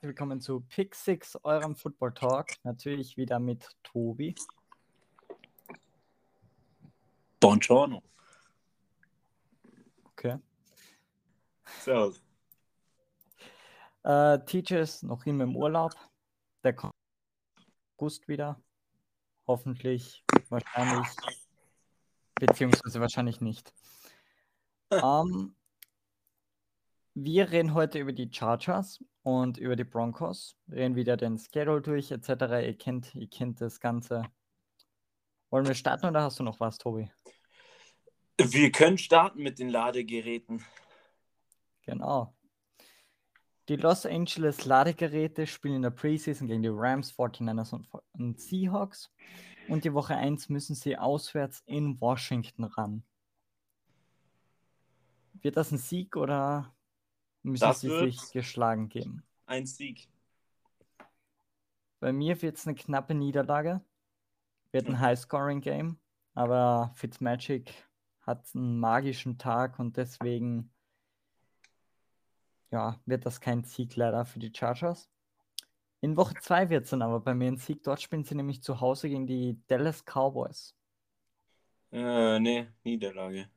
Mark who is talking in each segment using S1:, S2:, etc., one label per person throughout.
S1: willkommen zu Pick Six, eurem Football Talk. Natürlich wieder mit Tobi.
S2: Buongiorno.
S1: Okay.
S2: Servus.
S1: Äh, TJ ist noch immer im Urlaub. Der kommt im August wieder. Hoffentlich, wahrscheinlich, beziehungsweise wahrscheinlich nicht. Ähm, wir reden heute über die Chargers und über die Broncos. Reden wieder den Schedule durch, etc. Ihr kennt, ihr kennt das Ganze. Wollen wir starten oder hast du noch was, Tobi?
S2: Wir können starten mit den Ladegeräten.
S1: Genau. Die Los Angeles Ladegeräte spielen in der Preseason gegen die Rams, 49ers und, und Seahawks. Und die Woche 1 müssen sie auswärts in Washington ran. Wird das ein Sieg oder müssen
S2: Das
S1: sie
S2: wird-
S1: sich geschlagen geben?
S2: Ein Sieg.
S1: Bei mir wird es eine knappe Niederlage. Wird ein High-Scoring-Game. Aber Fitzmagic hat einen magischen Tag und deswegen ja, wird das kein Sieg leider für die Chargers. In Woche 2 wird es dann aber bei mir ein Sieg. Dort spielen sie nämlich zu Hause gegen die Dallas Cowboys.
S2: Äh, nee, Niederlage.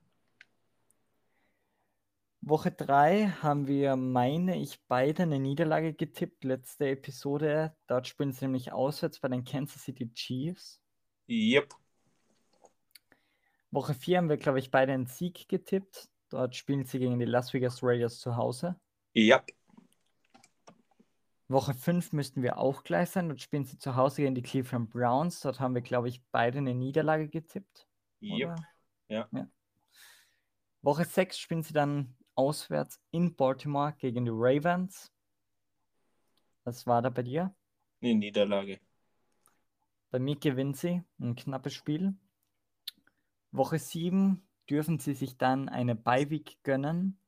S1: Woche 3 haben wir, meine ich, beide eine Niederlage getippt. Letzte Episode. Dort spielen sie nämlich auswärts bei den Kansas City Chiefs.
S2: Yep.
S1: Woche 4 haben wir, glaube ich, beide einen Sieg getippt. Dort spielen sie gegen die Las Vegas Raiders zu Hause.
S2: Yep.
S1: Woche 5 müssten wir auch gleich sein. Dort spielen sie zu Hause gegen die Cleveland Browns. Dort haben wir, glaube ich, beide eine Niederlage getippt.
S2: Yep.
S1: oder?
S2: ja.
S1: Woche 6 spielen sie dann auswärts in Baltimore gegen die Ravens. Was war da bei dir?
S2: Nee, Niederlage.
S1: Bei mir gewinnt sie. Ein knappes Spiel. Woche 7 dürfen sie sich dann eine Beiweg gönnen,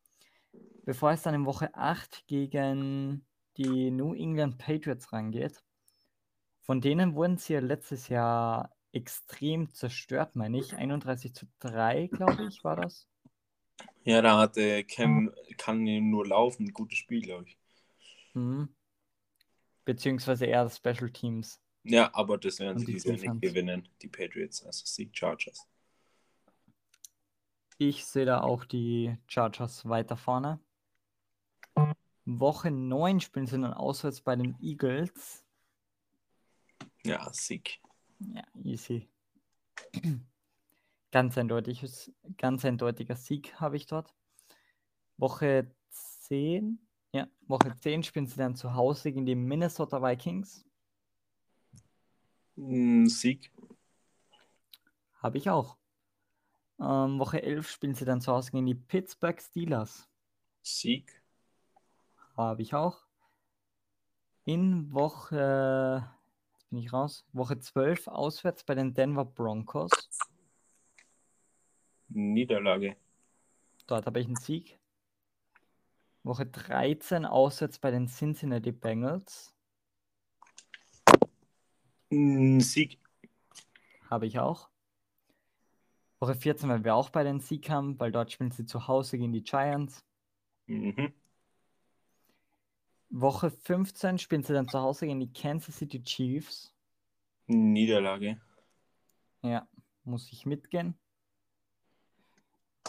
S1: bevor es dann in Woche 8 gegen die New England Patriots rangeht. Von denen wurden sie ja letztes Jahr extrem zerstört, meine ich. 31 zu 3, glaube ich, war das.
S2: Ja, da hatte Cam, kann nur laufen. Gutes Spiel, glaube ich.
S1: Mhm. Beziehungsweise eher Special Teams.
S2: Ja, aber das werden
S1: Und
S2: sie
S1: die
S2: dieses Jahr nicht
S1: Defense.
S2: gewinnen. Die Patriots, also Sieg Chargers.
S1: Ich sehe da auch die Chargers weiter vorne. Woche 9 spielen sie dann auswärts bei den Eagles.
S2: Ja, Sieg.
S1: Ja, easy. Ganz eindeutiges, ganz eindeutiger Sieg habe ich dort. Woche 10. Ja, Woche 10 spielen sie dann zu Hause gegen die Minnesota Vikings.
S2: Mm, Sieg.
S1: Habe ich auch. Ähm, Woche 11 spielen sie dann zu Hause gegen die Pittsburgh Steelers.
S2: Sieg.
S1: Habe ich auch. In Woche, jetzt bin ich raus, Woche 12 auswärts bei den Denver Broncos.
S2: Niederlage.
S1: Dort habe ich einen Sieg. Woche 13 auswärts bei den Cincinnati Bengals.
S2: Mm, Sieg.
S1: Habe ich auch. Woche 14 werden wir auch bei den Sieg haben, weil dort spielen sie zu Hause gegen die Giants.
S2: Mhm.
S1: Woche 15 spielen sie dann zu Hause gegen die Kansas City Chiefs.
S2: Niederlage.
S1: Ja, muss ich mitgehen.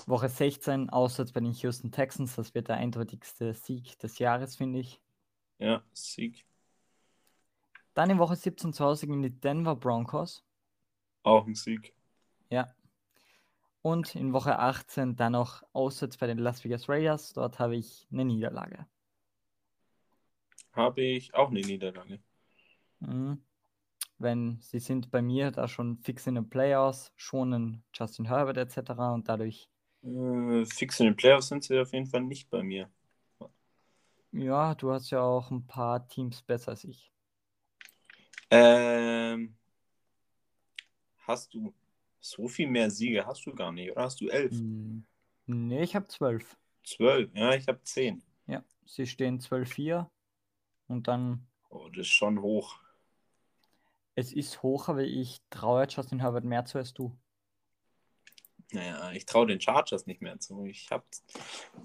S1: Woche 16, auswärts bei den Houston Texans. Das wird der eindeutigste Sieg des Jahres, finde ich.
S2: Ja, Sieg.
S1: Dann in Woche 17 zu Hause gegen die Denver Broncos.
S2: Auch ein Sieg.
S1: Ja. Und in Woche 18 dann noch auswärts bei den Las Vegas Raiders. Dort habe ich eine Niederlage.
S2: Habe ich auch eine Niederlage.
S1: Mhm. Wenn sie sind bei mir da schon fix in den Playoffs, schonen Justin Herbert etc. Und dadurch,
S2: Äh, fix in den Playoffs sind sie auf jeden Fall nicht bei mir.
S1: ja, du hast ja auch ein paar Teams besser als ich.
S2: Ähm, hast du so viel mehr Siege? Hast du gar nicht, oder hast du elf?
S1: Hm. Nee, ich habe 12.
S2: Zwölf? Ja, ich habe zehn.
S1: Ja, sie stehen 12-4 und dann,
S2: Oh, das ist schon hoch.
S1: es ist hoch, aber ich traue Justin Herbert mehr zu als du.
S2: Naja, ich traue den Chargers nicht mehr zu. Ich hab,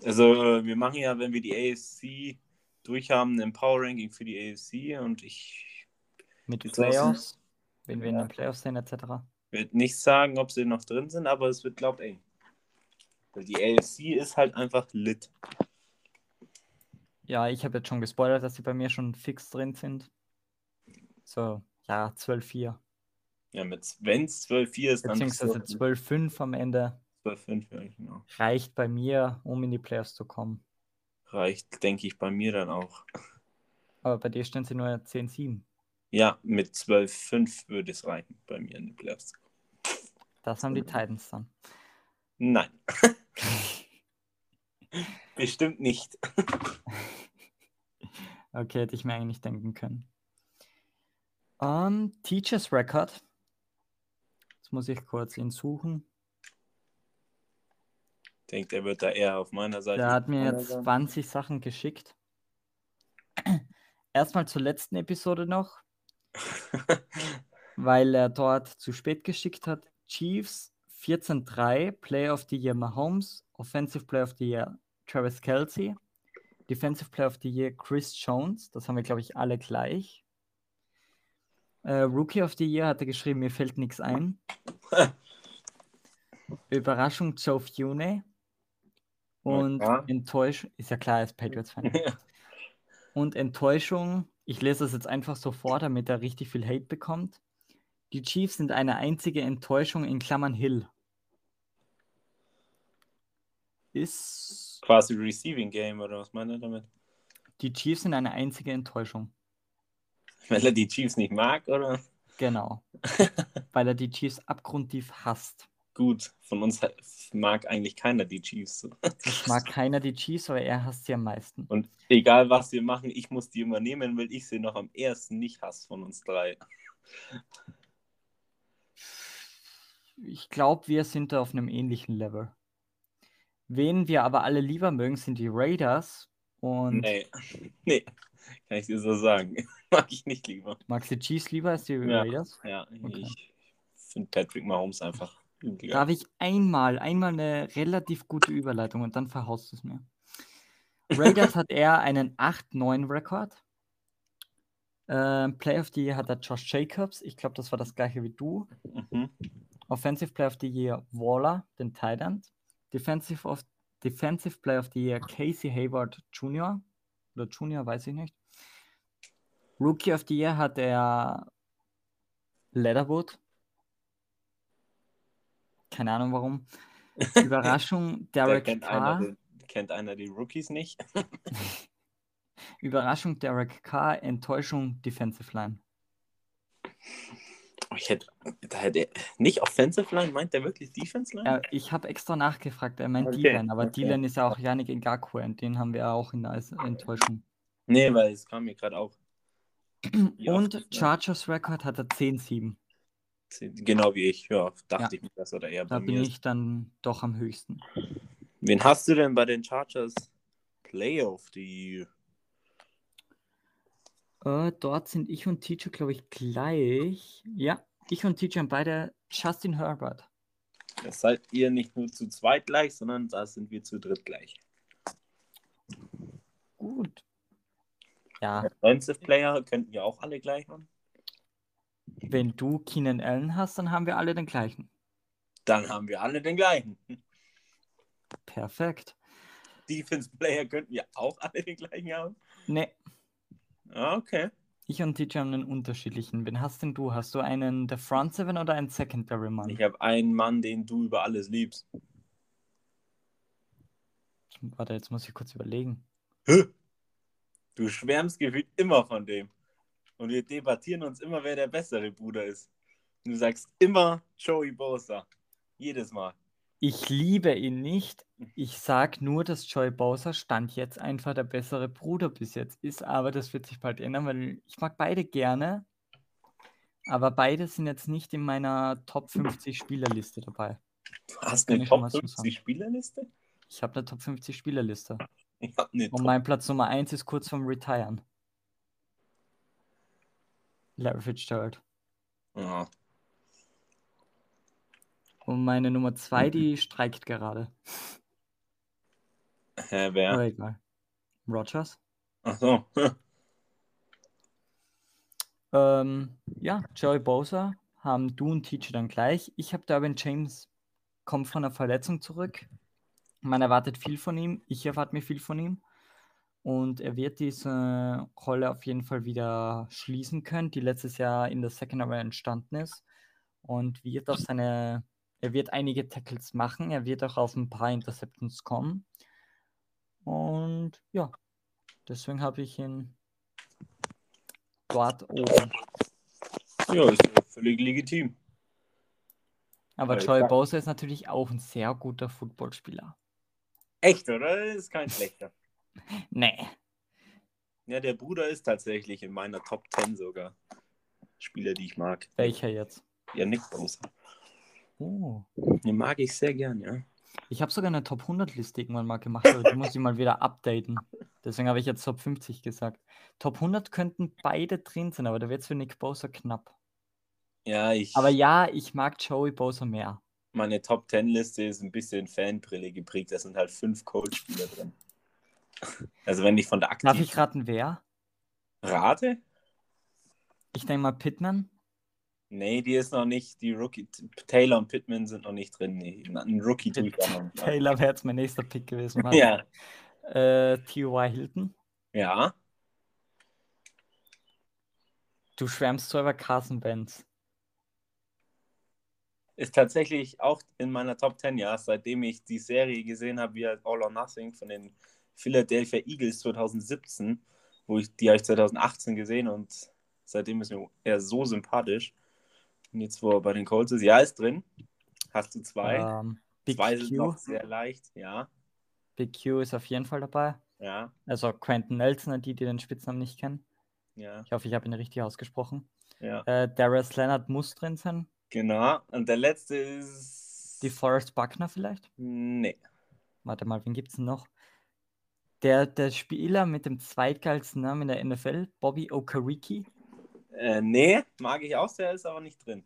S2: also äh, wir machen ja, wenn wir die AFC durchhaben im Power Ranking für die AFC und ich
S1: Mit
S2: Jetzt
S1: Playoffs, wenn wir in
S2: Ja.
S1: den Playoffs sind, etc.
S2: werde nicht sagen, ob sie noch drin sind, aber es wird, glaubt eng. Weil die AFC ist halt einfach lit.
S1: Ja, ich habe jetzt schon gespoilert, dass sie bei mir schon fix drin sind. So, ja, 12-4.
S2: Ja, mit wenn es 12-4 ist, dann
S1: Beziehungsweise 12-5 am Ende
S2: 12-5, ja, genau.
S1: reicht bei mir, um in die Playoffs zu kommen.
S2: Reicht, denke ich, bei mir dann auch.
S1: Aber bei dir stehen sie nur 10-7.
S2: Ja, mit 12-5 würde es reichen bei mir in den Playoffs.
S1: Das haben die Titans dann.
S2: Nein. Bestimmt nicht.
S1: Okay, hätte ich mir eigentlich nicht denken können. Ähm, Teachers Record. Jetzt muss ich kurz ihn suchen.
S2: Denkt, er wird da eher auf meiner Seite.
S1: Der hat mir
S2: Meiner
S1: jetzt
S2: Seite.
S1: 20 Sachen geschickt. Erstmal zur letzten Episode noch, weil er dort zu spät geschickt hat. Chiefs 14-3, Player of the Year Mahomes, Offensive Player of the Year Travis Kelsey, Defensive Player of the Year Chris Jones, das haben wir, glaube ich, alle gleich. Äh, Rookie of the Year hat er geschrieben, mir fällt nichts ein. Überraschung Joe Fune. Und
S2: Na klar.
S1: Enttäuschung, ist ja klar, er ist Patriots-Fan. Und Enttäuschung, ich lese das jetzt einfach so vor, damit er richtig viel Hate bekommt. Die Chiefs sind eine einzige Enttäuschung in Klammern Hill. Ist.
S2: Quasi Receiving Game oder was meint er damit?
S1: Die Chiefs sind eine einzige Enttäuschung.
S2: Weil er die Chiefs nicht mag, oder?
S1: Genau. Weil er die Chiefs abgrundtief hasst.
S2: Gut, von uns mag eigentlich keiner die Chiefs.
S1: Es mag keiner die Chiefs, aber er hasst sie am meisten.
S2: Und egal was wir machen, ich muss die immer nehmen, weil ich sie noch am ersten nicht hasse von uns drei.
S1: Ich glaube, wir sind da auf einem ähnlichen Level. Wen wir aber alle lieber mögen, sind die Raiders. Und
S2: Nee. Nee. Kann ich dir so sagen. Mag ich nicht lieber.
S1: magst du die Chiefs lieber als die
S2: Ja.
S1: Raiders?
S2: Ja,
S1: Okay.
S2: ich finde Patrick Mahomes einfach übel.
S1: Da habe ich einmal, einmal eine relativ gute Überleitung und dann verhaust du es mir. Raiders hat er einen 8-9-Rekord. Äh, Play of the Year hat er Josh Jacobs. Ich glaube, das war das gleiche wie du.
S2: Mhm.
S1: Offensive Player of the Year Waller, den Tight End. Defensive, of, Defensive Player of the Year Casey Hayward Jr. Oder Junior, weiß ich nicht. Rookie of the Year hat er Leatherwood. Keine Ahnung warum. Überraschung,
S2: Da
S1: Derek
S2: kennt
S1: Carr.
S2: einer, die- kennt einer die Rookies nicht.
S1: Überraschung, Derek Carr. Enttäuschung, Defensive Line.
S2: Oh, Ich hätte, da hätte nicht Offensive Line, meint der wirklich Defense Line?
S1: Er, Äh, ich habe extra nachgefragt, er meint
S2: Hm. Okay,
S1: Dylan, aber
S2: okay.
S1: Dylan ist ja auch Yannick Ngakwe und den haben wir ja auch in der Enttäuschung.
S2: Nee, weil es kam mir gerade auch Ja,
S1: Und
S2: auf jeden Fall.
S1: Chargers Record hat er 10-7.
S2: genau wie ich. Ja, dachte
S1: Ja.
S2: ich mir das oder eher
S1: Da
S2: bei
S1: bin
S2: mir.
S1: ich dann doch am höchsten.
S2: Wen hast du denn bei den Chargers Playoff die
S1: Äh, dort sind ich und Teacher, glaube ich, gleich. Ja, ich und Teacher haben beide Justin Herbert.
S2: Das seid ihr nicht nur zu zweit gleich, sondern da sind wir zu dritt gleich.
S1: Gut. Ja,
S2: Offensive Player könnten wir auch alle gleich haben.
S1: wenn du Keenan Allen hast, dann haben wir alle den gleichen.
S2: Dann haben wir alle den gleichen.
S1: Perfekt.
S2: Defense Player könnten wir auch alle den gleichen haben.
S1: Ne,
S2: Ah, Okay.
S1: ich und Teacher haben einen unterschiedlichen. Wen hast denn du? Hast du einen der Front Seven oder einen Secondary Mann?
S2: Ich habe einen Mann, den du über alles liebst.
S1: Warte, jetzt muss ich kurz überlegen.
S2: Du schwärmst gefühlt immer von dem. Und wir debattieren uns immer, wer der bessere Bruder ist. Und du sagst immer Joey Bosa. Jedes Mal.
S1: Ich liebe ihn nicht. Ich sag nur, dass Joy Bowser stand jetzt einfach der bessere Bruder bis jetzt ist, aber das wird sich bald ändern, weil ich mag beide gerne, aber beide sind jetzt nicht in meiner Top 50 Spielerliste dabei.
S2: Du hast
S1: Kann
S2: eine
S1: ich schon
S2: Top
S1: was zu
S2: 50 Spielerliste?
S1: Ich habe eine Top 50 Spielerliste
S2: Ich habe eine
S1: und
S2: Top.
S1: mein Platz Nummer 1 ist kurz vorm Retiren. Larry Fitzgerald.
S2: Ja.
S1: Und meine Nummer 2, die streikt gerade.
S2: Hä, wer?
S1: Aber egal. Rogers?
S2: Ach so.
S1: Ähm, ja, Joey Bosa haben du und Teacher dann gleich. Ich habe Derwin James, kommt von einer Verletzung zurück. Man erwartet viel von ihm. Ich erwarte mir viel von ihm. Und er wird diese Rolle auf jeden Fall wieder schließen können, die letztes Jahr in der Second Hour entstanden ist. Und wird auf seine, er wird einige Tackles machen. Er wird auch auf ein paar Interceptions kommen. Und ja, deswegen habe ich ihn dort oben.
S2: Ja, ist ja völlig legitim.
S1: Aber
S2: Äh, Ja,
S1: Joey
S2: klar.
S1: Bosa ist natürlich auch ein sehr guter Footballspieler.
S2: Echt, oder? Ist kein schlechter.
S1: Nee.
S2: Ja, der Bruder ist tatsächlich in meiner Top 10 sogar. Spieler, die ich mag.
S1: Welcher jetzt?
S2: Ja, Nick Bosa.
S1: Oh.
S2: Den mag ich sehr gern, ja.
S1: Ich habe sogar eine Top 100-Liste irgendwann mal gemacht, aber die muss ich mal wieder updaten. Deswegen habe ich jetzt Top 50 gesagt. Top 100 könnten beide drin sein, aber da wird es für Nick Bosa knapp.
S2: Ja, ich.
S1: Aber ja, ich mag Joey Bosa mehr.
S2: meine Top 10 Liste ist ein bisschen Fanbrille geprägt. Da sind halt fünf Coach-Spieler drin. Also, wenn ich von der
S1: Darf
S2: aktiven
S1: ich raten, wer?
S2: Rate?
S1: Ich denke mal Pittman.
S2: Nee, die ist noch nicht. Die Rookie. Taylor und Pittman sind noch nicht drin. Nee, einen Rookie tue ich da noch nicht. rein.
S1: Taylor wäre jetzt mein nächster Pick gewesen. Mann.
S2: Ja.
S1: Äh, T.Y. Hilton.
S2: Ja.
S1: Du schwärmst so über Carson Wentz.
S2: Ist tatsächlich auch in meiner Top 10, ja. Seitdem ich die Serie gesehen habe, wie halt All or Nothing von den Philadelphia Eagles 2017, wo ich die habe ich 2018 gesehen und seitdem ist mir er so sympathisch. Und jetzt, wo er bei den Colts ist, ja, ist drin. Hast du zwei.
S1: Ähm, Big,
S2: zwei sind
S1: Q.
S2: noch sehr leicht, ja.
S1: Big Q ist auf jeden Fall dabei.
S2: Ja,
S1: Also Quentin Nelson, an die, die den Spitznamen nicht kennen.
S2: ja,
S1: Ich hoffe, ich habe ihn richtig ausgesprochen.
S2: ja.
S1: Äh, Darius Leonard muss drin sein.
S2: Genau. Und der letzte ist.
S1: Die Forrest Buckner vielleicht.
S2: nee.
S1: Warte mal, wen gibt es denn noch? Der, der Spieler mit dem zweitgeilsten Namen in der NFL, Bobby Okereke,
S2: Äh, nee, mag ich auch sehr, ist aber nicht drin.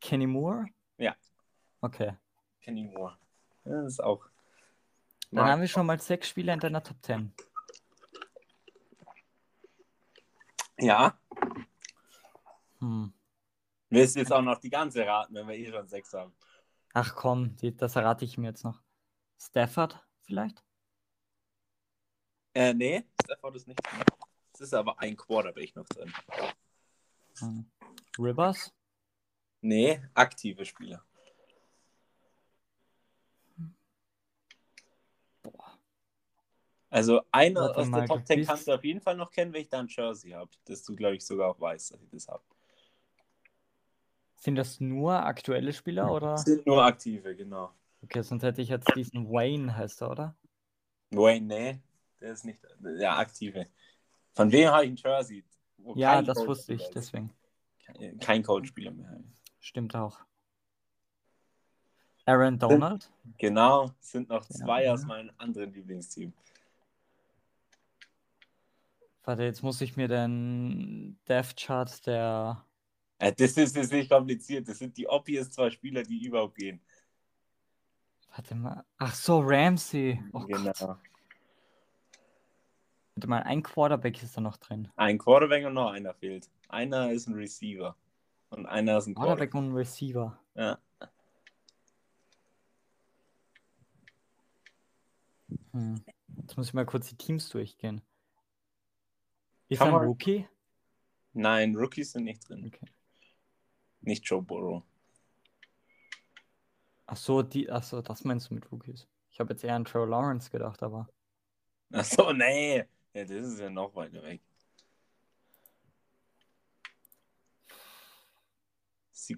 S1: Kenny Moore.
S2: Ja.
S1: Okay.
S2: Kenny Moore. Ja, Das ist auch.
S1: Dann
S2: Mag
S1: haben wir
S2: ich
S1: schon mal sechs Spieler in deiner Top 10.
S2: Ja,
S1: Hm.
S2: willst du jetzt auch noch die ganze raten, wenn wir eh schon sechs haben?
S1: Ach komm, die, das errate ich mir jetzt noch. Stafford vielleicht?
S2: Äh, nee, Stafford ist nicht drin. Es ist aber ein Quarterback noch drin.
S1: Hm. Rivers?
S2: Nee, aktive Spieler.
S1: Boah.
S2: Also einer
S1: Warte
S2: aus
S1: mal,
S2: der Top
S1: du
S2: 10
S1: bist-
S2: kannst du auf jeden Fall noch kennen, wenn ich da ein Jersey habe. Dass du, glaube ich, sogar auch weißt, dass ich das habe.
S1: Sind das nur aktuelle Spieler oder?
S2: Sind nur aktive, genau.
S1: Okay, sonst hätte ich jetzt diesen Wayne, heißt er, oder?
S2: Wayne, nee, der ist nicht der aktive. Von wem habe ich ein Jersey? Wo
S1: Ja,
S2: kein
S1: das
S2: Coach
S1: wusste ich,
S2: dabei ist.
S1: deswegen.
S2: Kein- Kein Coach-Spieler mehr.
S1: Stimmt auch. Aaron Donald?
S2: Genau, es sind noch zwei
S1: ja.
S2: aus meinem anderen Lieblingsteam.
S1: Warte, jetzt muss ich mir den Death Chart der.
S2: Äh, Das ist, das ist nicht kompliziert. Das sind die obvious zwei Spieler, die überhaupt gehen.
S1: Warte mal. Ach so, Ramsey. Oh
S2: genau.
S1: Gott. Warte mal, ein Quarterback ist da noch drin.
S2: Ein Quarterback und noch einer fehlt. Einer ist ein Receiver. Und einer ist ein Quarterback.
S1: Quarterback und Receiver.
S2: Ja.
S1: Hm. Jetzt muss ich mal kurz die Teams durchgehen. Ist
S2: Kann
S1: da ein
S2: man-
S1: Rookie?
S2: Nein, Rookies sind nicht drin.
S1: Okay.
S2: Nicht Joe Burrow.
S1: Ach so, die, ach so, das meinst du mit Rookies. Ich habe jetzt eher an Trevor Lawrence gedacht, aber.
S2: Achso, nee. Ja, das ist ja noch weiter weg. Sie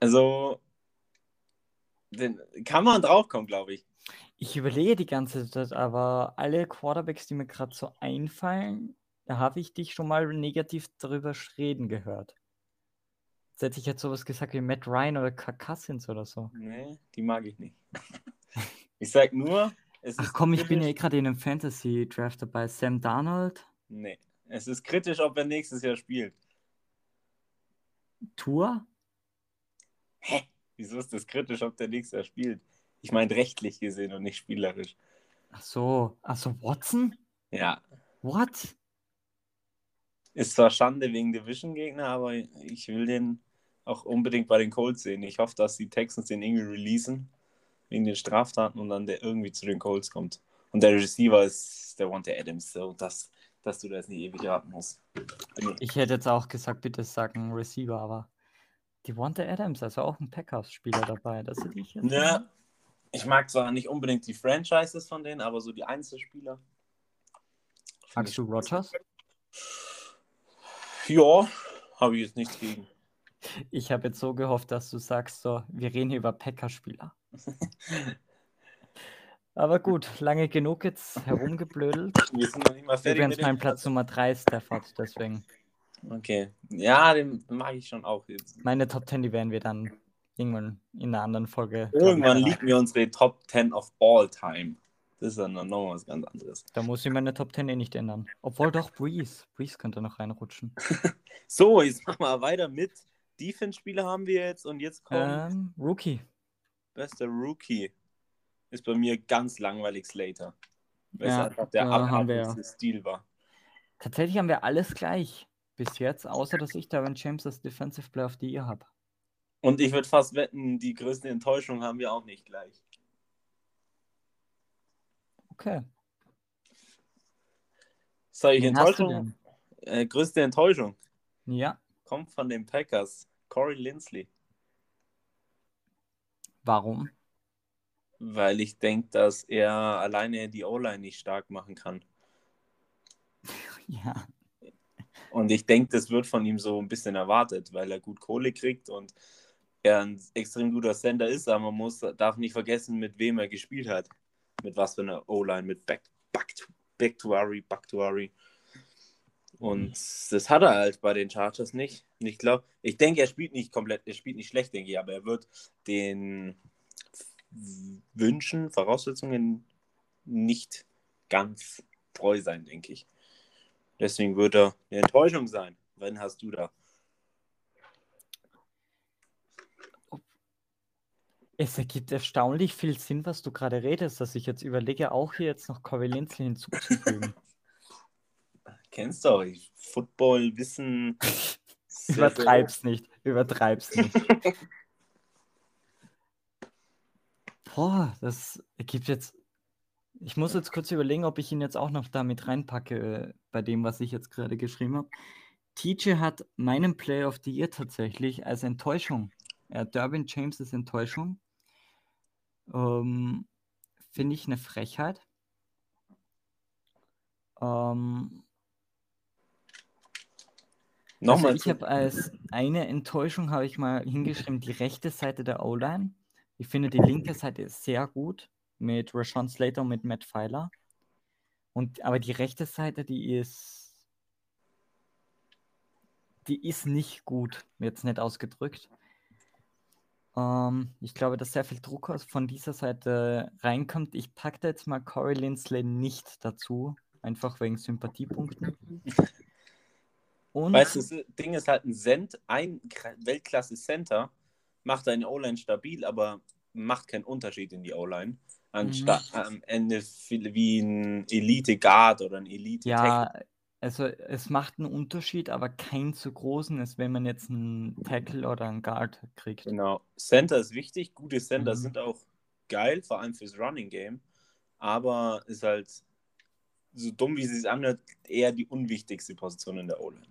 S2: also, den kann man draufkommen, glaube ich.
S1: Ich überlege die ganze Zeit, aber alle Quarterbacks, die mir gerade so einfallen, da habe ich dich schon mal negativ darüber sch- reden gehört. Jetzt hätte ich jetzt sowas gesagt wie Matt Ryan oder Kirk Cousins oder so.
S2: Nee, die mag ich nicht. Ich sag nur, es
S1: Ach
S2: ist
S1: komm, ich bin ja eh
S2: kritisch-
S1: gerade in einem Fantasy-Draft dabei. Sam Darnold,
S2: Nee, es ist kritisch, ob er nächstes Jahr spielt.
S1: Tour.
S2: Hä? Wieso ist das kritisch, ob der nächstes Jahr spielt? Ich meine rechtlich gesehen und nicht spielerisch.
S1: Ach so, ach so, Watson?
S2: Ja,
S1: What?
S2: Ist zwar Schande wegen Division-Gegner, aber ich will den auch unbedingt bei den Colts sehen. Ich hoffe, dass die Texans den irgendwie releasen, wegen den Straftaten und dann der irgendwie zu den Colts kommt. Und der Receiver ist der Wanted Adams, so dass, dass du das nicht ewig raten musst.
S1: Ich hätte jetzt auch gesagt, bitte sag einen Receiver, aber die Wanted Adams, also auch ein Packers-Spieler dabei. Das hätte ich jetzt.
S2: Ja, Ne, ich mag zwar nicht unbedingt die Franchises von denen, aber so die Einzelspieler.
S1: Magst du Rogers?
S2: Ja, habe ich jetzt nichts gegen.
S1: Ich habe jetzt so gehofft, dass du sagst, so, wir reden hier über Packer-Spieler. Aber gut, lange genug jetzt herumgeblödelt.
S2: Wir sind noch nicht mal fertig
S1: Übrigens
S2: mit
S1: mein
S2: dem.
S1: Platz Nummer 3 Stafford, deswegen.
S2: Okay. Ja, den mag ich schon auch. Jetzt.
S1: Meine Top 10, die werden wir dann irgendwann in einer anderen Folge. glaub ich,
S2: Irgendwann
S1: machen.
S2: liegen wir unsere Top 10 of all time. Das ist dann nochmal was ganz anderes.
S1: Da muss ich meine Top 10 eh nicht ändern. Obwohl doch Breeze. Breeze könnte noch reinrutschen.
S2: So, jetzt machen wir weiter mit. Defense-Spieler haben wir jetzt und jetzt kommt
S1: Ähm, Rookie.
S2: bester Rookie. Ist bei mir ganz langweilig Slater. Weil
S1: Ja,
S2: es einfach der
S1: da haben wir ja.
S2: abartigste Stil war.
S1: Tatsächlich haben wir alles gleich. Bis jetzt, außer dass ich Darren James als Defensive Player of the Year habe.
S2: Und ich würde fast wetten, die größten Enttäuschungen haben wir auch nicht gleich.
S1: Okay.
S2: Soll ich
S1: Wen hast du
S2: Enttäuschung? Äh, größte Enttäuschung
S1: denn? Ja.
S2: kommt von den Packers. Corey Lindsley.
S1: Warum?
S2: Weil ich denke, dass er alleine die O-Line nicht stark machen kann.
S1: Ja.
S2: Und ich denke, das wird von ihm so ein bisschen erwartet, weil er gut Kohle kriegt und er ein extrem guter Sender ist, aber man muss, darf nicht vergessen, mit wem er gespielt hat. Mit was für einer O-Line, mit Back, Back, Back to Ari, Back to Ari. Und das hat er halt bei den Chargers nicht. Und ich glaube, ich denke, er spielt nicht komplett, er spielt nicht schlecht, denke ich, aber er wird den Wünschen, Voraussetzungen nicht ganz treu sein, denke ich. Deswegen wird er eine Enttäuschung sein. Wenn hast du da?
S1: Es ergibt erstaunlich viel Sinn, was du gerade redest, dass ich jetzt überlege, auch hier jetzt noch Corey Linsley hinzuzufügen.
S2: Kennst du auch Football, Wissen. sehr, sehr-
S1: Übertreib's nicht. Übertreib's nicht. Boah, das ergibt jetzt. Ich muss jetzt kurz überlegen, ob ich ihn jetzt auch noch damit reinpacke, äh, bei dem, was ich jetzt gerade geschrieben habe. TJ hat meinen Play of the Year tatsächlich als Enttäuschung. Äh, Durbin James ist Enttäuschung. Ähm, Finde ich eine Frechheit. Ähm,
S2: Nochmal.
S1: also ich habe als eine Enttäuschung habe ich mal hingeschrieben, die rechte Seite der O-Line. Ich finde die linke Seite ist sehr gut mit Rashawn Slater und mit Matt Pfeiler. Und, aber die rechte Seite, die ist die ist nicht gut, jetzt nicht ausgedrückt. Ähm, ich glaube, dass sehr viel Druck aus- von dieser Seite reinkommt. Ich packe da jetzt mal Corey Linsley nicht dazu, einfach wegen Sympathiepunkten. Und
S2: Weißt du, das Ding ist halt ein Cent, ein Kra- Weltklasse-Center macht deine O-Line stabil, aber macht keinen Unterschied in die O-Line. Anstatt
S1: Mhm.
S2: am Ende viel- wie ein Elite-Guard oder ein elite
S1: Ja, also es macht einen Unterschied, aber keinen zu großen, als wenn man jetzt einen Tackle oder einen Guard kriegt.
S2: Genau. Center ist wichtig. Gute Center
S1: Mhm.
S2: sind auch geil, vor allem fürs Running Game. Aber ist halt, so dumm wie sie es anhört, eher die unwichtigste Position in der O-Line.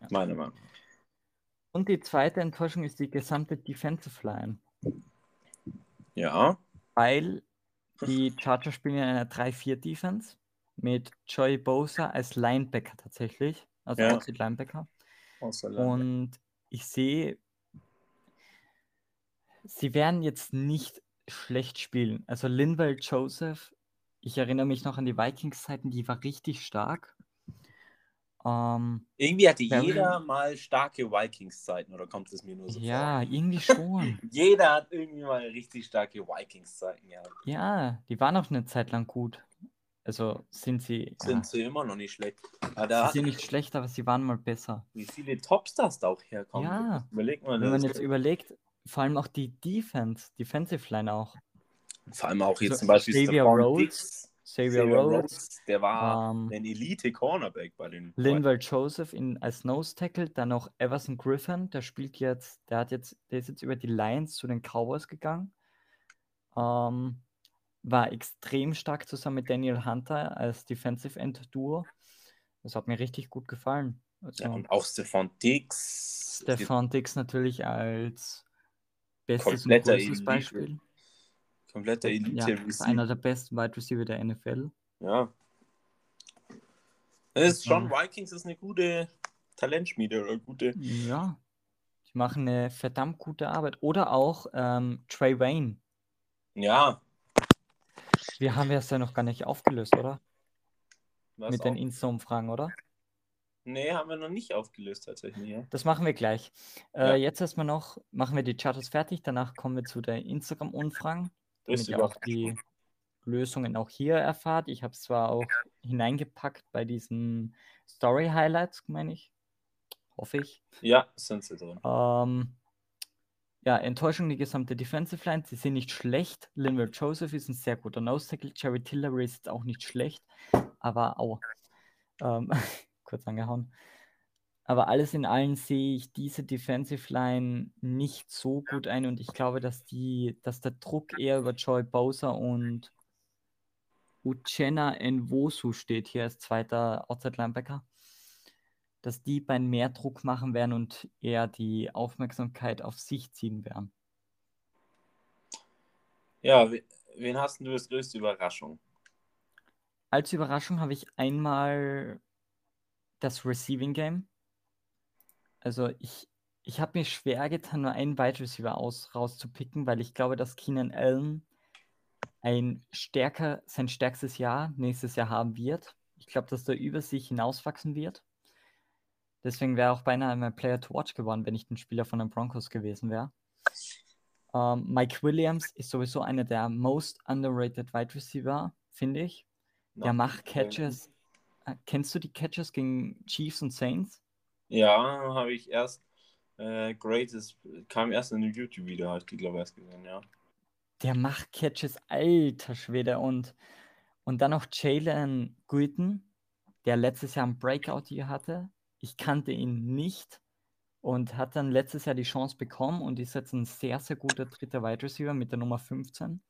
S1: Ja.
S2: Meiner Meinung nach.
S1: Und die zweite Enttäuschung ist die gesamte Defensive Line,
S2: Ja.
S1: weil die Chargers spielen in einer 3-4-Defense mit Joey Bosa als Linebacker tatsächlich, also
S2: Ja.
S1: Outside Linebacker.
S2: Außer Line.
S1: Und ich sehe, sie werden jetzt nicht schlecht spielen. Also Linval Joseph, ich erinnere mich noch an die Vikings-Zeiten, die war richtig stark. Ähm,
S2: Irgendwie hatte
S1: Barry-
S2: jeder mal starke Vikings-Zeiten, oder kommt es mir nur so vor?
S1: ja, irgendwie schon.
S2: Jeder hat irgendwie mal richtig starke Vikings-Zeiten gehabt.
S1: ja, die waren auch eine Zeit lang gut. Also sind sie, ja,
S2: Sind sie immer noch nicht schlecht. Aber da,
S1: sie sind nicht schlecht, aber sie waren mal besser.
S2: wie viele Topstars da auch herkommen.
S1: Ja.
S2: Überleg mal,
S1: Wenn man
S2: das
S1: jetzt überlegt, vor allem auch die Defense, Defensive Line auch.
S2: vor allem auch jetzt
S1: so
S2: zum Beispiel
S1: Xavier
S2: Stephon
S1: Rhodes.
S2: Diggs.
S1: Xavier Rhodes,
S2: der war
S1: ähm,
S2: ein Elite-Cornerback bei den.
S1: Linval Joseph in, als Nose Tackle, dann noch Everson Griffin, der spielt jetzt, der hat jetzt, der ist jetzt über die Lions zu den Cowboys gegangen. Ähm, war extrem stark zusammen mit Daniel Hunter als Defensive End Duo. Das hat mir richtig gut gefallen. Also,
S2: Ja, und auch Stefan Dix.
S1: Stefan Dix natürlich als bestes und
S2: Kompletter
S1: größtes
S2: Elite.
S1: Beispiel.
S2: Kompletter
S1: Ja, ist
S2: Elite-Receiver.
S1: einer der besten Wide Receiver der NFL.
S2: Ja. Das ist
S1: Das war-
S2: schon, Vikings ist eine gute Talentschmiede oder gute.
S1: Ja, die machen eine verdammt gute Arbeit. Oder auch ähm, Trey Wayne.
S2: Ja,
S1: Wir haben es ja noch gar nicht aufgelöst, oder?
S2: was
S1: Mit
S2: auch.
S1: den Insta-Umfragen, oder?
S2: Nee, haben wir noch nicht aufgelöst tatsächlich. Ja.
S1: Das machen wir gleich. Äh,
S2: Ja.
S1: Jetzt erstmal noch, machen wir die Charters fertig, danach kommen wir zu den Instagram-Umfragen, damit
S2: Ist
S1: ihr auch
S2: überhaupt-
S1: die Lösungen auch hier erfahrt. Ich habe es zwar auch hineingepackt bei diesen Story-Highlights, meine ich. Hoffe ich.
S2: Ja, sind sie drin.
S1: Ähm, ja, Enttäuschung die gesamte Defensive Line. Sie sind nicht schlecht. Linville Joseph ist ein sehr guter Nose-Tackle. Jerry Tillery ist jetzt auch nicht schlecht. Aber au. Ähm, kurz angehauen. Aber alles in allem sehe ich diese Defensive Line nicht so gut ein und ich glaube, dass die, dass der Druck eher über Joy Bowser und Uchenna Nwosu steht hier als zweiter Outside Linebacker, dass die beim mehr Druck machen werden und eher die Aufmerksamkeit auf sich ziehen werden.
S2: Ja, we- wen hast denn du als größte Überraschung?
S1: Als Überraschung habe ich einmal das Receiving Game. Also ich, ich habe mir schwer getan, nur einen Wide Receiver aus, rauszupicken, weil ich glaube, dass Keenan Allen ein stärker, sein stärkstes Jahr nächstes Jahr haben wird. Ich glaube, dass der über sich hinauswachsen wird. Deswegen wäre auch beinahe mein Player to Watch geworden, wenn ich ein Spieler von den Broncos gewesen wäre. Ähm, Mike Williams ist sowieso einer der most underrated Wide Receiver, finde ich. Der macht Catches. Äh, Kennst du die Catches gegen Chiefs und Saints?
S2: Ja, habe ich erst. Äh, Greatest kam erst in einem YouTube-Video, habe ich die, glaube ich, erst gesehen, ja.
S1: Der macht Catches, alter Schwede. Und, und dann noch Jalen Guyton, der letztes Jahr ein Breakout hier hatte. Ich kannte ihn nicht und hat dann letztes Jahr die Chance bekommen und ist jetzt ein sehr, sehr guter dritter Wide Receiver mit der Nummer 15.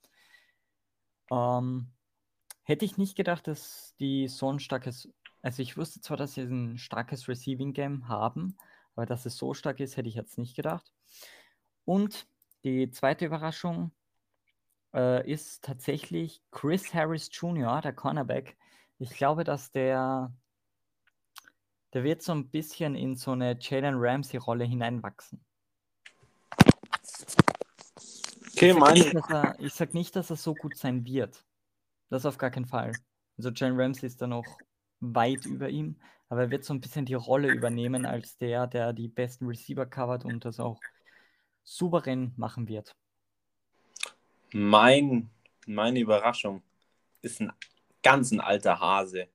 S1: Ähm, hätte ich nicht gedacht, dass die so ein starkes, also ich wusste zwar, dass sie ein starkes Receiving Game haben, aber dass es so stark ist, hätte ich jetzt nicht gedacht. Und die zweite Überraschung äh, ist tatsächlich Chris Harris Jr., der Cornerback. Ich glaube, dass der, der wird so ein bisschen in so eine Jalen Ramsey-Rolle hineinwachsen.
S2: Okay,
S1: sag nicht,
S2: meine.
S1: dass er, ich sag nicht, dass er so gut sein wird. Das auf gar keinen Fall. Also Jalen Ramsey ist da noch weit über ihm, aber er wird so ein bisschen die Rolle übernehmen als der, der die besten Receiver covert und das auch souverän machen wird.
S2: Mein, meine Überraschung ist ein ganz ein alter Hase,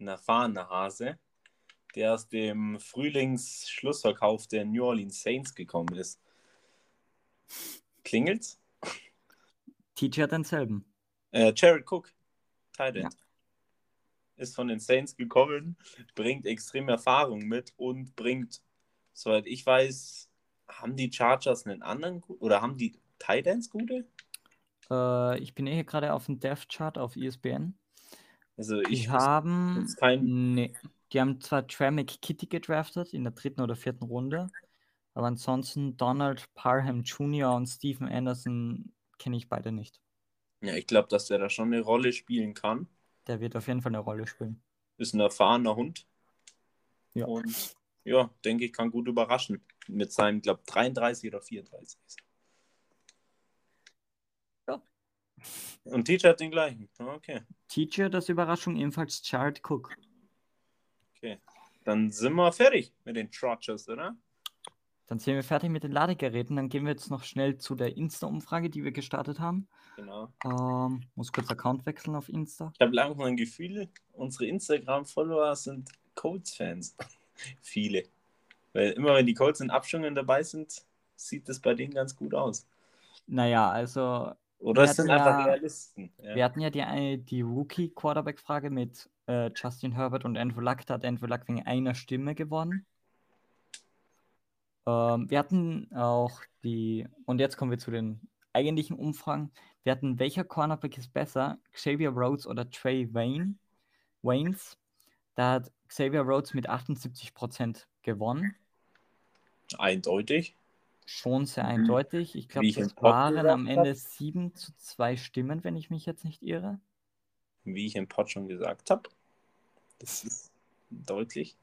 S2: ein erfahrener Hase, der aus dem Frühlingsschlussverkauf der New Orleans Saints gekommen ist. Klingelt's?
S1: TJ hat denselben.
S2: Äh, Jared Cook, Tight
S1: Ja.
S2: End. Ist von den Saints gekommen, bringt extrem Erfahrung mit und bringt, soweit ich weiß, haben die Chargers einen anderen gu- oder haben die Tight Ends gute?
S1: Äh, ich bin eh hier gerade auf dem Dev-Chart auf E ESPN.
S2: Also
S1: Die
S2: ich
S1: haben.
S2: jetzt kein-
S1: Nee. Die haben zwar Tramick Kitty gedraftet in der dritten oder vierten Runde, aber ansonsten Donald Parham Jr. und Stephen Anderson kenne ich beide nicht.
S2: Ja, ich glaube, dass der da schon eine Rolle spielen kann.
S1: Der wird auf jeden Fall eine Rolle spielen.
S2: Ist ein erfahrener Hund.
S1: Ja.
S2: Und ja, denke ich, kann gut überraschen. Mit seinem, glaube 33 oder 34.
S1: Ja.
S2: Und Teacher hat den gleichen. Ah, Okay.
S1: Teacher, das Überraschung, ebenfalls Jared Cook.
S2: okay. Dann sind wir fertig mit den Chargers, oder?
S1: Dann sind wir fertig mit den Ladegeräten. Dann gehen wir jetzt noch schnell zu der Insta-Umfrage, die wir gestartet haben.
S2: Genau.
S1: Ähm, muss kurz Account wechseln auf Insta.
S2: Ich habe langsam ein Gefühl, unsere Instagram-Follower sind Colts-Fans. Viele. Weil immer, wenn die Colts in Abstimmungen dabei sind, sieht das bei denen ganz gut aus.
S1: Naja, also
S2: Oder
S1: Ja,
S2: es sind
S1: der-
S2: einfach Realisten. Ja.
S1: Wir hatten ja die, eine- die Rookie-Quarterback-Frage mit äh, Justin Herbert und Andrew Luck. Da hat Andrew Luck wegen einer Stimme gewonnen. Ähm, wir hatten auch die, und jetzt kommen wir zu den eigentlichen Umfragen. Wir hatten, welcher Cornerback ist besser, Xavier Rhodes oder Trey Wayne? Waynes. Da hat Xavier Rhodes mit 78% gewonnen.
S2: Eindeutig.
S1: Schon sehr
S2: Mhm.
S1: eindeutig. Ich glaube,
S2: Wie ich im
S1: das
S2: Pod
S1: waren
S2: gesagt
S1: am
S2: hab.
S1: Ende 7 zu 2 Stimmen, wenn ich mich jetzt nicht irre.
S2: wie ich im Pod schon gesagt habe. Das ist deutlich.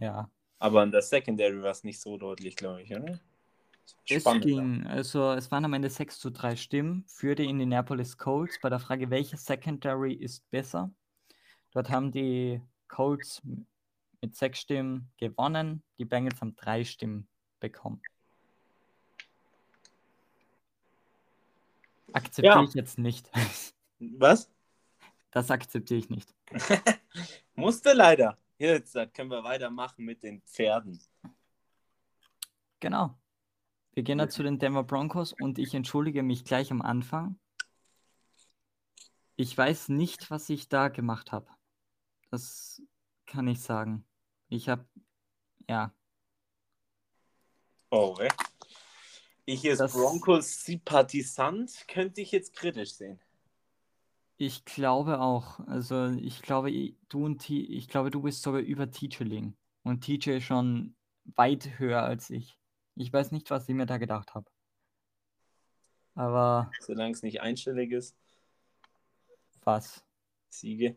S1: Ja.
S2: Aber in der Secondary war es nicht so deutlich, glaube ich, oder?
S1: Es
S2: Spannend.
S1: ging, also es waren am Ende 6 zu 3 Stimmen für die Indianapolis Colts bei der Frage, welche Secondary ist besser. Dort haben die Colts m- mit 6 Stimmen gewonnen, die Bengals haben 3 Stimmen bekommen. Akzeptiere
S2: Ja.
S1: ich jetzt nicht.
S2: Was?
S1: Das akzeptiere ich nicht.
S2: Musste leider. Jetzt dann können wir weitermachen mit den Pferden.
S1: Genau. Wir gehen
S2: Ja.
S1: dann zu den Denver Broncos und ich entschuldige mich gleich am Anfang. Ich weiß nicht, was ich da gemacht habe. Das kann ich sagen. Ich habe, ja,
S2: Oh, weh. Ich als
S1: Das-
S2: Broncos-Sympathisant könnte ich jetzt kritisch sehen.
S1: ich glaube auch. Also ich glaube, i- du und T, ich glaube, du bist sogar über Teacherling und TJ ist schon weit höher als ich. Ich weiß nicht, was ich mir da gedacht habe. Aber
S2: Solange es nicht einstellig ist.
S1: was?
S2: Siege.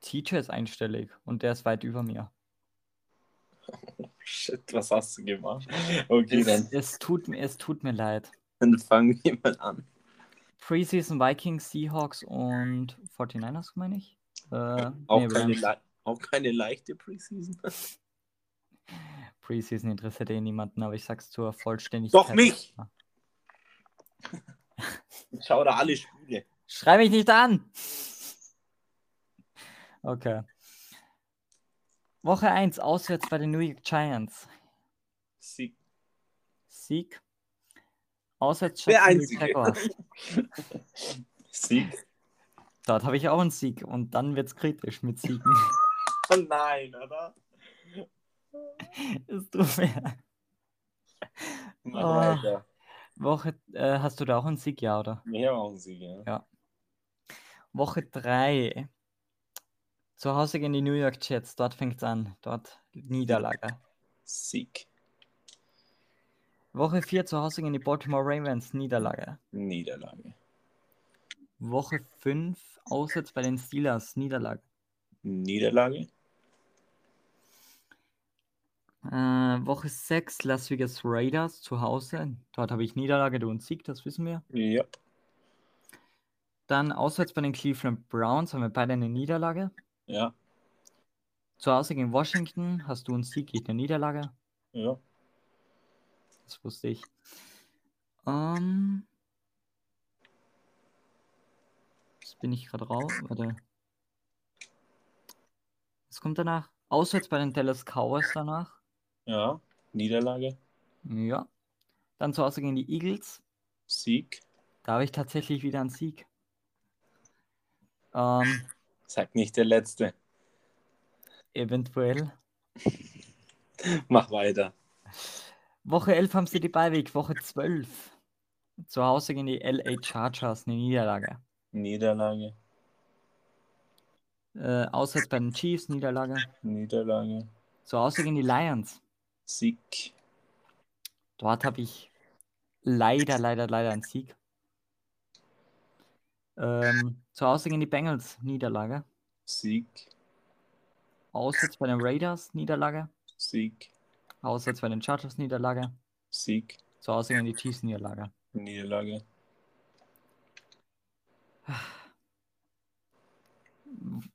S1: TJ ist einstellig und der ist weit über mir.
S2: Shit, was hast du gemacht? Okay,
S1: Es,
S2: dann,
S1: es, tut, mir- es tut mir leid.
S2: dann fangen wir mal an.
S1: Preseason Vikings, Seahawks und 49ers, meine ich. Äh,
S2: Auch,
S1: nee,
S2: keine,
S1: Rams.
S2: le- auch keine leichte Preseason.
S1: Preseason interessiert eh niemanden, aber ich sag's zur Vollständigkeit. Ah.
S2: Doch mich! Ich schaue da alle Spiele.
S1: Schrei mich nicht an! Okay. Woche 1, auswärts bei den New York Giants.
S2: Sieg.
S1: Sieg. Auswärts
S2: Der
S1: Jacksonville
S2: Einzige.
S1: Jaguars.
S2: Sieg.
S1: Dort habe ich auch einen Sieg und dann wird's kritisch mit Siegen.
S2: Oh nein, oder?
S1: es tut mir leid.
S2: Mann,
S1: Ah.
S2: Alter.
S1: Woche, äh, hast du da auch einen Sieg, ja, oder?
S2: Mehr auch ein Sieg, ja.
S1: Woche 3. Zu Hause gegen die New York Jets. Dort fängt's an. Dort Niederlage.
S2: Sieg.
S1: Woche 4 zu Hause gegen die Baltimore Ravens. Niederlage.
S2: Niederlage.
S1: Woche 5 auswärts bei den Steelers. Niederlage.
S2: Niederlage.
S1: Äh, Woche 6 Las Vegas Raiders zu Hause. Dort habe ich Niederlage, du und Sieg, das wissen wir.
S2: Ja.
S1: Dann auswärts bei den Cleveland Browns haben wir beide eine Niederlage.
S2: Ja.
S1: Zu Hause gegen Washington hast du einen Sieg, ich eine Niederlage.
S2: Ja.
S1: Das wusste ich. Ähm. Jetzt bin ich gerade raus. Warte. Was kommt danach? Auswärts bei den Dallas Cowboys danach.
S2: Ja. Niederlage.
S1: Ja. Dann zu Hause gegen die Eagles.
S2: Sieg.
S1: Da habe ich tatsächlich wieder einen Sieg. Ähm,
S2: Sag nicht der letzte.
S1: eventuell.
S2: Mach weiter.
S1: Woche 11 haben sie die Beiweg. Woche 12. Zu Hause gegen die LA Chargers. Eine Niederlage.
S2: Niederlage.
S1: Äh, auswärts bei den Chiefs. Niederlage.
S2: Niederlage.
S1: Zu Hause gegen die Lions.
S2: Sieg.
S1: Dort habe ich leider, leider, leider einen Sieg. Ähm, zu Hause gegen die Bengals Niederlage.
S2: Sieg.
S1: Auswärts bei den Raiders Niederlage.
S2: Sieg.
S1: Auswärts bei den Chargers Niederlage.
S2: Sieg.
S1: Zu Hause gegen die Chiefs Niederlage.
S2: Niederlage.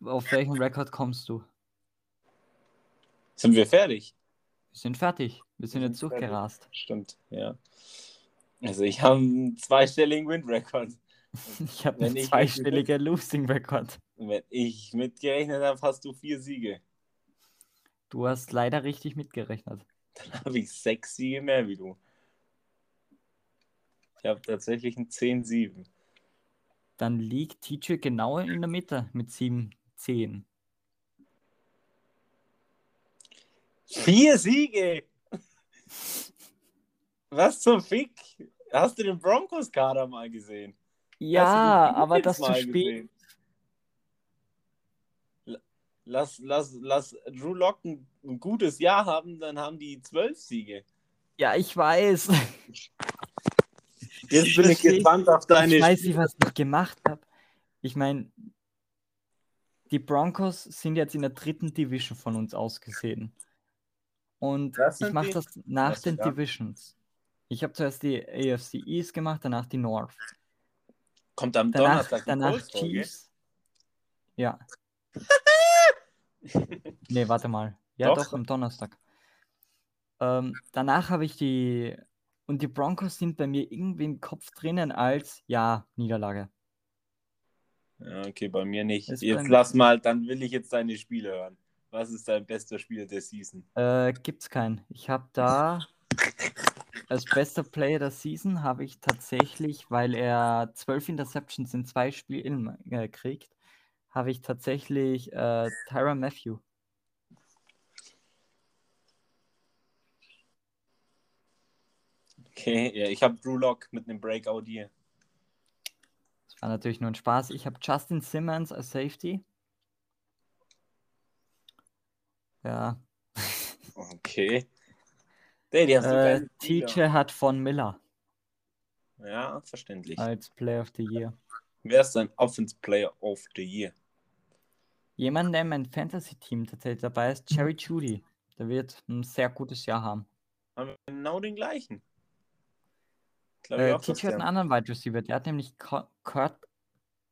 S1: Auf welchen Rekord kommst du?
S2: Sind wir fertig?
S1: Wir sind fertig. Wir sind
S2: Wir
S1: jetzt
S2: sind fertig.
S1: durchgerast.
S2: Stimmt, ja. Also ich habe einen zweistelligen Win-Record.
S1: Ich habe
S2: Wenn
S1: einen
S2: ich-
S1: zweistelligen Losing-Rekord.
S2: Wenn ich mitgerechnet habe, hast du vier Siege.
S1: Du hast leider richtig mitgerechnet.
S2: habe ich sechs Siege mehr wie du. Ich habe tatsächlich einen 10-7.
S1: dann liegt TJ genau in der Mitte mit 7, 10.
S2: Vier Siege! Was zum Fick? Hast du den Broncos-Kader mal gesehen?
S1: Ja,
S2: Hast du die
S1: aber
S2: Eagles
S1: das zu
S2: mal
S1: spät.
S2: gesehen? La- Lass, lass, lass Drew Lock ein, ein gutes Jahr haben, dann haben die zwölf Siege.
S1: Ja, ich weiß.
S2: Jetzt bin ich
S1: Verstehe.
S2: gespannt auf deine.
S1: ich weiß nicht, was ich noch gemacht habe. Ich meine, die Broncos sind jetzt in der dritten Division von uns ausgesehen. Und
S2: Das
S1: ich
S2: sind
S1: mache
S2: die-
S1: das nach
S2: das
S1: den
S2: sind- ja.
S1: Divisions. Ich habe zuerst die AFC East gemacht, danach die North.
S2: Kommt am
S1: Danach,
S2: Donnerstag ein
S1: danach
S2: Colts vor, gell?
S1: Chiefs. Ja. nee, warte mal. Ja,
S2: Doch.
S1: doch, am Donnerstag. Ähm, danach habe ich die. Und die Broncos sind bei mir irgendwie im Kopf drinnen als, ja, Niederlage.
S2: Ja, okay, bei mir nicht.
S1: Ist
S2: jetzt
S1: beim-
S2: lass mal, dann will ich jetzt deine Spiele hören. Was ist dein bester Spieler der Season?
S1: Äh, gibt's keinen. Ich habe da als bester Player der Season habe ich tatsächlich, weil er zwölf Interceptions in zwei Spielen äh, kriegt, habe ich tatsächlich äh, Tyra Matthew.
S2: Okay, ja, ich habe Drew Lock mit einem Breakout hier.
S1: Das war natürlich nur ein Spaß. Ich habe Justin Simmons als Safety. Ja.
S2: Okay. Der, die hast du
S1: Äh,
S2: geile Spieler.
S1: TJ hat Von Miller
S2: Ja, verständlich.
S1: als Player of the Year.
S2: Wer ist dein Offense Player of the Year?
S1: Jemand, der in meinem Fantasy-Team tatsächlich dabei ist, Jerry Judy. Der wird ein sehr gutes Jahr haben.
S2: Haben wir genau den gleichen. Glaub ich
S1: Äh,
S2: auch, dass
S1: TJ hat einen
S2: der
S1: anderen Wide Receiver, der hat nämlich Co- Kurt,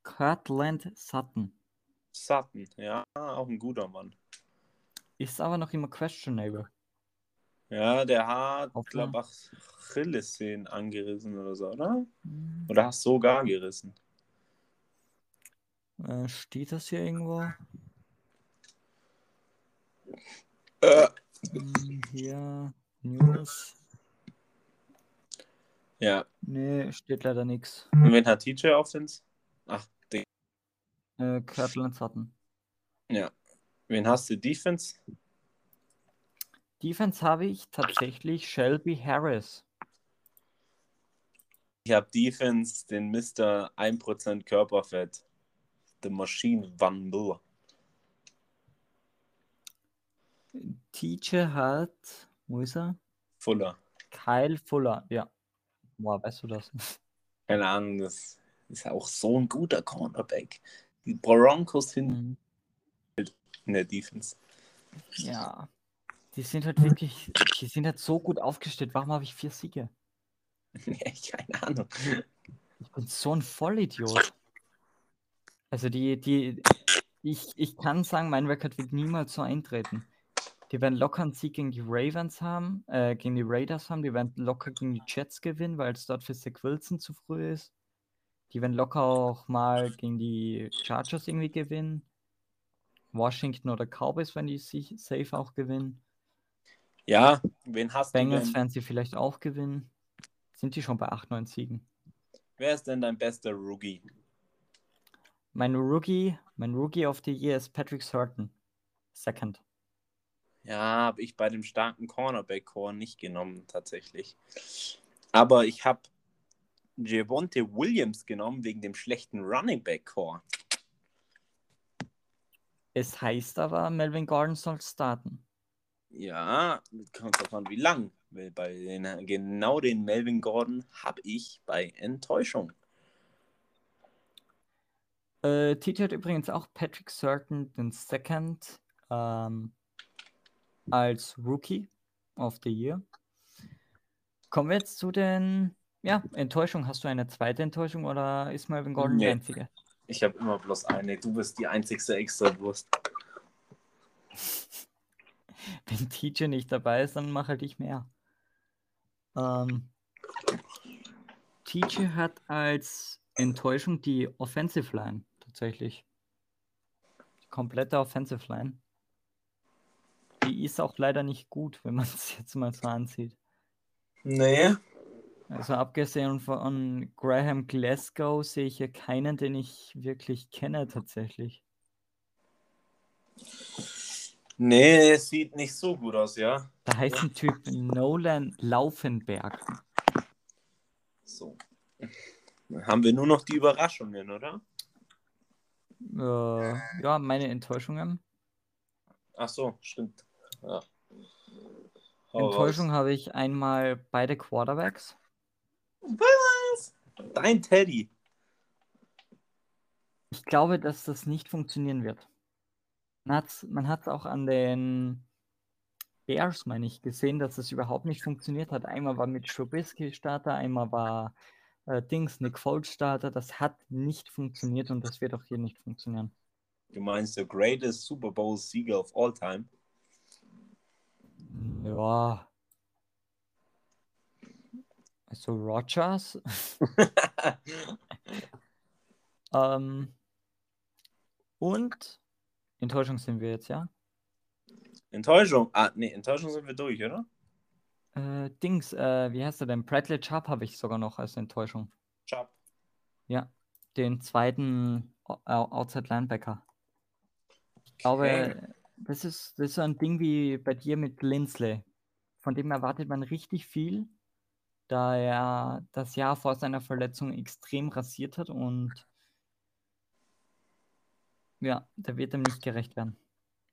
S1: Kurtland Sutton.
S2: Sutton. Ja, auch ein guter Mann.
S1: Ist aber noch immer questionable.
S2: Ja, der hat,
S1: Hoppla.
S2: glaube ich, Achillessehnen angerissen oder so, oder?
S1: Hm,
S2: Oder hast sogar gerissen?
S1: Äh, steht das hier irgendwo?
S2: Äh,
S1: Hm, hier, News.
S2: ja.
S1: Nee, steht leider nichts.
S2: Und wen hat TJ Offense? Ach, Digga.
S1: Äh, Kurtland Sutton.
S2: Ja. Wen hast du Defense?
S1: Defense habe ich tatsächlich Shelby Harris.
S2: Ich habe Defense den Mr. 1% Körperfett. The Machine Van Bull.
S1: TJ hat, wo ist er?
S2: Fuller.
S1: Kyle Fuller, ja. Boah, weißt du das?
S2: Keine Ahnung, das ist ja auch so ein guter Cornerback. Die Broncos hinten
S1: Mhm.
S2: in der Defense.
S1: Ja. Die sind halt wirklich, die sind halt so gut aufgestellt. Warum habe ich vier Siege?
S2: Ja, Keine Ahnung.
S1: Ich bin so ein Vollidiot. Also die, die, ich, ich kann sagen, mein Rekord wird niemals so eintreten. Die werden locker einen Sieg gegen die Ravens haben, äh, gegen die Raiders haben, die werden locker gegen die Jets gewinnen, weil es dort für Zach Wilson zu früh ist. Die werden locker auch mal gegen die Chargers irgendwie gewinnen. Washington oder Cowboys, wenn die sich safe auch gewinnen.
S2: Ja, wen hast du
S1: Bengals
S2: denn?
S1: werden sie vielleicht auch gewinnen. Sind die schon bei 8, 9 Siegen?
S2: Wer ist denn dein bester Rookie?
S1: Mein Rookie, mein Rookie of the Year ist Patrick Surtain. Second.
S2: Ja, habe ich bei dem starken Cornerback-Core nicht genommen, tatsächlich. Aber ich habe Javonte Williams genommen wegen dem schlechten Running Back-Core.
S1: Es heißt aber, Melvin Gordon soll starten.
S2: Ja, kommt drauf an, wie lang. Weil bei den, genau den Melvin Gordon habe ich bei Enttäuschung.
S1: Äh, TJ hat übrigens auch Patrick Surtain, den Second, ähm, als Rookie of the Year. Kommen wir jetzt zu den. Ja, Enttäuschung. Hast du eine zweite Enttäuschung oder ist Melvin Gordon die
S2: Nee.
S1: einzige?
S2: Ich habe immer bloß eine. Du bist die einzigste Extrawurst.
S1: Wenn TJ nicht dabei ist, dann mache halt ich mehr. Ähm, TJ hat als Enttäuschung die Offensive Line tatsächlich. Die komplette Offensive Line. Die ist auch leider nicht gut, wenn man es jetzt mal so ansieht.
S2: Nee.
S1: Also abgesehen von Graham Glasgow sehe ich hier keinen, den ich wirklich kenne tatsächlich.
S2: Nee, es sieht nicht so gut aus, ja.
S1: Da heißt ein Typ Nolan Laufenberg.
S2: So. Dann haben wir nur noch die Überraschungen, oder?
S1: Äh, ja, meine Enttäuschungen.
S2: Ach so, stimmt. Ja. Hau
S1: Enttäuschung habe ich einmal beide Quarterbacks.
S2: raus. Dein Teddy.
S1: Ich glaube, dass das nicht funktionieren wird. Man hat es man hat's auch an den Bears, meine ich, gesehen, dass das überhaupt nicht funktioniert hat. Einmal war mit Trubisky Starter, einmal war äh, Dings Nick Foles Starter. Das hat nicht funktioniert und das wird auch hier nicht funktionieren.
S2: Du meinst der greatest Super Bowl-Sieger of all time?
S1: Ja. Also Rogers. ähm, und Enttäuschung sind wir jetzt, ja?
S2: Enttäuschung. Ah, nee, Enttäuschung sind wir durch, oder?
S1: Äh, Dings, äh, wie heißt er denn? Bradley Chubb habe ich sogar noch als Enttäuschung.
S2: Chubb.
S1: Den zweiten O- Au- Outside Linebacker. Ich glaube,
S2: Okay.
S1: das, ist, das ist so ein Ding wie bei dir mit Lindsley. Von dem erwartet man richtig viel, da er das Jahr vor seiner Verletzung extrem rasiert hat und ja, der wird dem nicht gerecht werden.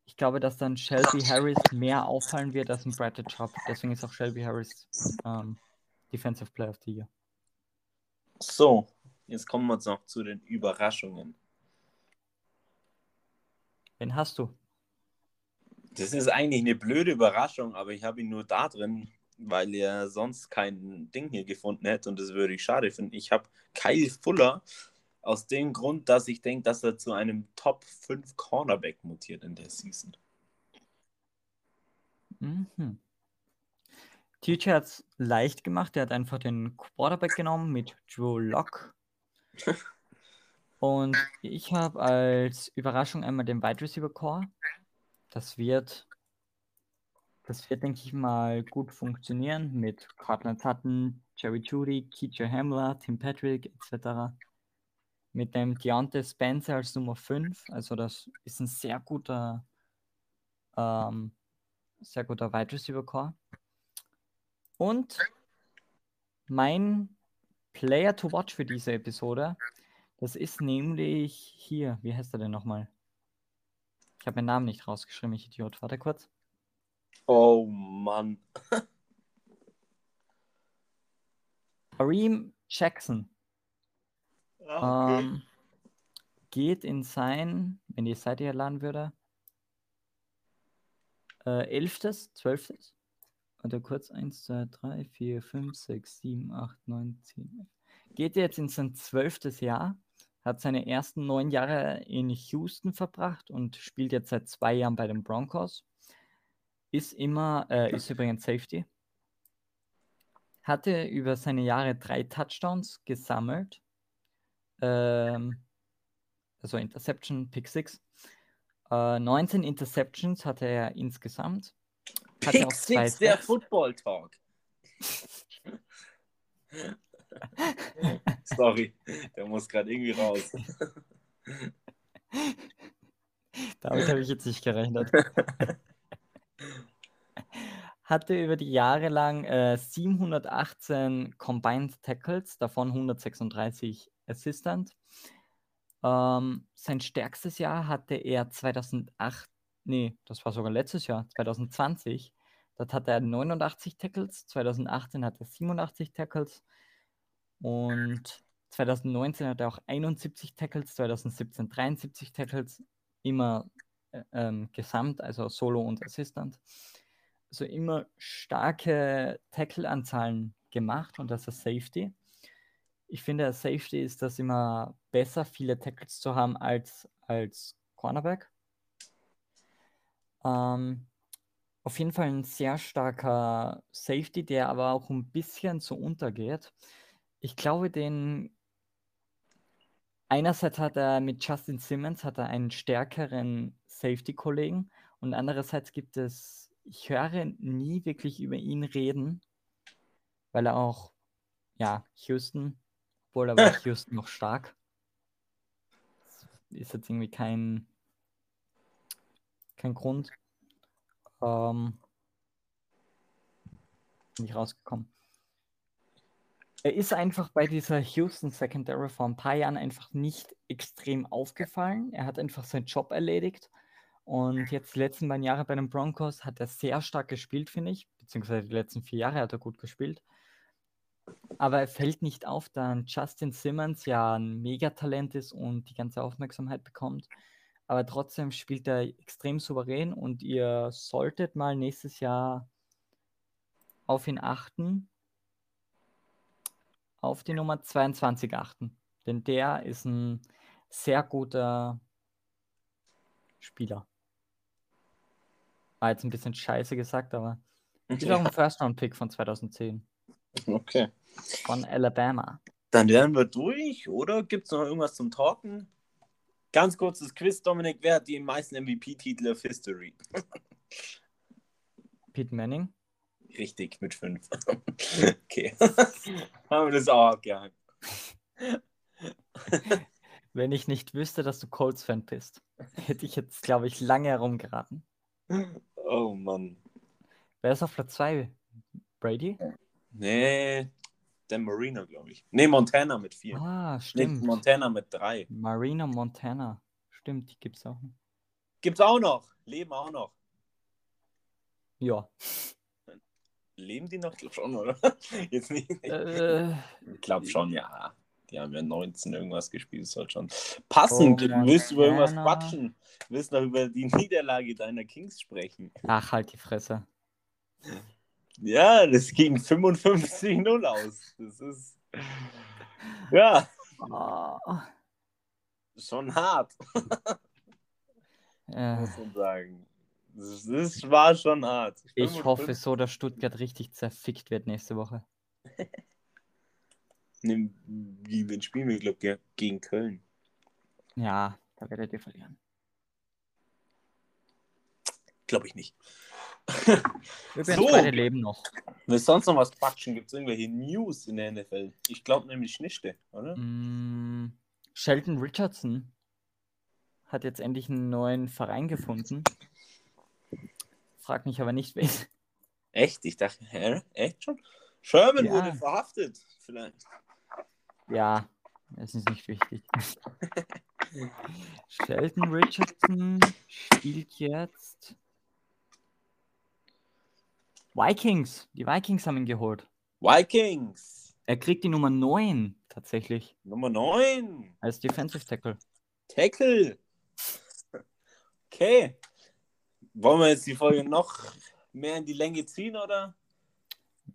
S1: Ich glaube, dass dann Shelby Harris mehr auffallen wird als ein Bradley Chubb. Deswegen ist auch Shelby Harris ähm, Defensive Player of the Year.
S2: So, jetzt kommen wir jetzt noch zu den Überraschungen.
S1: Wen hast du?
S2: Das ist eigentlich eine blöde Überraschung, aber ich habe ihn nur da drin, weil er sonst kein Ding hier gefunden hätte und das würde ich schade finden. Ich habe Kyle Fuller aus dem Grund, dass ich denke, dass er zu einem Top 5 Cornerback mutiert in der Season.
S1: Mhm. TJ hat es leicht gemacht. Er hat einfach den Quarterback genommen mit Drew Lock. Und ich habe als Überraschung einmal den Wide Receiver Core. Das wird, das wird, denke ich mal, gut funktionieren mit Cortland Sutton, Jerry Judy, Keecher Hamler, Tim Patrick etc. Mit dem Deontay Spencer als Nummer 5. Also das ist ein sehr guter ähm, sehr guter Wide Receiver Core. Und mein Player to watch für diese Episode, das ist nämlich hier, wie heißt er denn nochmal? Ich habe meinen Namen nicht rausgeschrieben, ich Idiot. Warte kurz.
S2: Oh Mann.
S1: Kareem Jackson
S2: Ah, okay.
S1: ähm, geht in sein, wenn die Seite hier laden würde, äh, elftes, zwölftes. Warte kurz, 1, 2, 3, 4, 5, 6, 7, 8, 9, 10. Geht jetzt in sein zwölftes Jahr, hat seine ersten neun Jahre in Houston verbracht und spielt jetzt seit zwei Jahren bei den Broncos. Ist immer, äh, ist übrigens Safety. Hatte über seine Jahre drei Touchdowns gesammelt ähm, also Interception, Pick 6. Äh, 19 Interceptions hatte er insgesamt. Hat er
S2: Pick
S1: auch zwei
S2: Six, der
S1: Sacks.
S2: Football Talk. Sorry, der muss gerade irgendwie raus.
S1: Damit habe ich jetzt nicht gerechnet. Hatte über die Jahre lang äh, 718 Combined Tackles, davon 136 Assistant. Ähm, sein stärkstes Jahr hatte er 2008, nee, das war sogar letztes Jahr, 2020. Dort hatte er 89 Tackles, 2018 hatte er 87 Tackles und 2019 hatte er auch 71 Tackles, 2017 73 Tackles, immer äh, ähm, gesamt, also Solo und Assistant. Also immer starke Tackle-Anzahlen gemacht und das ist Safety. Ich finde, als Safety ist das immer besser, viele Tackles zu haben als als Cornerback. Ähm, auf jeden Fall ein sehr starker Safety, der aber auch ein bisschen so untergeht. Ich glaube, den einerseits hat er mit Justin Simmons hat er einen stärkeren Safety-Kollegen und andererseits gibt es, ich höre nie wirklich über ihn reden, weil er auch Ja, Houston. Obwohl, da war Houston noch stark. Ist jetzt irgendwie kein, kein Grund. Ähm, nicht rausgekommen. Er ist einfach bei dieser Houston Secondary vor ein paar Jahren einfach nicht extrem aufgefallen. Er hat einfach seinen Job erledigt. Und jetzt die letzten beiden Jahre bei den Broncos hat er sehr stark gespielt, finde ich. Beziehungsweise die letzten vier Jahre hat er gut gespielt. Aber er fällt nicht auf, da ein Justin Simmons ja ein Megatalent ist und die ganze Aufmerksamkeit bekommt. Aber trotzdem spielt er extrem souverän und ihr solltet mal nächstes Jahr auf ihn achten. Auf die Nummer 22 achten. Denn der ist ein sehr guter Spieler. War jetzt ein bisschen scheiße gesagt, aber ist auch ein First-Round-Pick von 2010
S2: Okay.
S1: von Alabama.
S2: Dann wären wir durch, oder? Gibt es noch irgendwas zum Talken? Ganz kurzes Quiz, Dominik. Wer hat die meisten MVP-Titel of History?
S1: Pete Manning.
S2: Richtig, mit fünf. okay. Haben wir das auch abgehakt.
S1: Wenn ich nicht wüsste, dass du Colts-Fan bist, hätte ich jetzt, glaube ich, lange herumgeraten.
S2: Oh Mann.
S1: Wer ist auf Platz 2? Brady?
S2: Nee, Dan Marino, glaube ich. Nee, Montana mit vier.
S1: Ah,
S2: nee,
S1: stimmt.
S2: Montana mit drei.
S1: Marina Montana. Stimmt, die gibt es auch. noch.
S2: Gibt's auch noch. Leben auch noch.
S1: Ja.
S2: Leben die noch? Ich glaube schon, oder? Jetzt nicht.
S1: Äh,
S2: Ich glaube schon, ja. Die haben ja 19 irgendwas gespielt, das soll schon. Passend,
S1: Oh,
S2: du willst über irgendwas
S1: Montana.
S2: quatschen. Du willst noch über die Niederlage deiner Kings sprechen.
S1: ach, halt die Fresse.
S2: Ja, das ging 55-0 aus. Das ist. Ja,
S1: Oh.
S2: schon hart,
S1: Äh,
S2: muss man sagen. Das, das war schon hart.
S1: ich hoffe so, dass Stuttgart richtig zerfickt wird nächste Woche.
S2: Ne, Wie wen spielen wir, glaube ich, gegen Köln.
S1: Ja, da werdet ihr verlieren.
S2: Glaube ich nicht.
S1: Übrigens,
S2: So.
S1: beide leben noch.
S2: Will sonst noch was quatschen? Gibt es irgendwelche News in der NFL? Ich glaube nämlich nicht, oder?
S1: Mm, Sheldon Richardson hat jetzt endlich einen neuen Verein gefunden. Frag mich aber nicht, wen.
S2: Echt? Ich dachte, hä? Echt schon? Sherman
S1: Ja.
S2: wurde verhaftet. Vielleicht.
S1: Ja, es ist nicht wichtig. Sheldon Richardson spielt jetzt Vikings. Die Vikings haben ihn geholt.
S2: Vikings.
S1: Er kriegt die Nummer 9 tatsächlich
S2: Nummer 9.
S1: als Defensive Tackle.
S2: Tackle. Okay. Wollen wir jetzt die Folge noch mehr in die Länge ziehen, oder?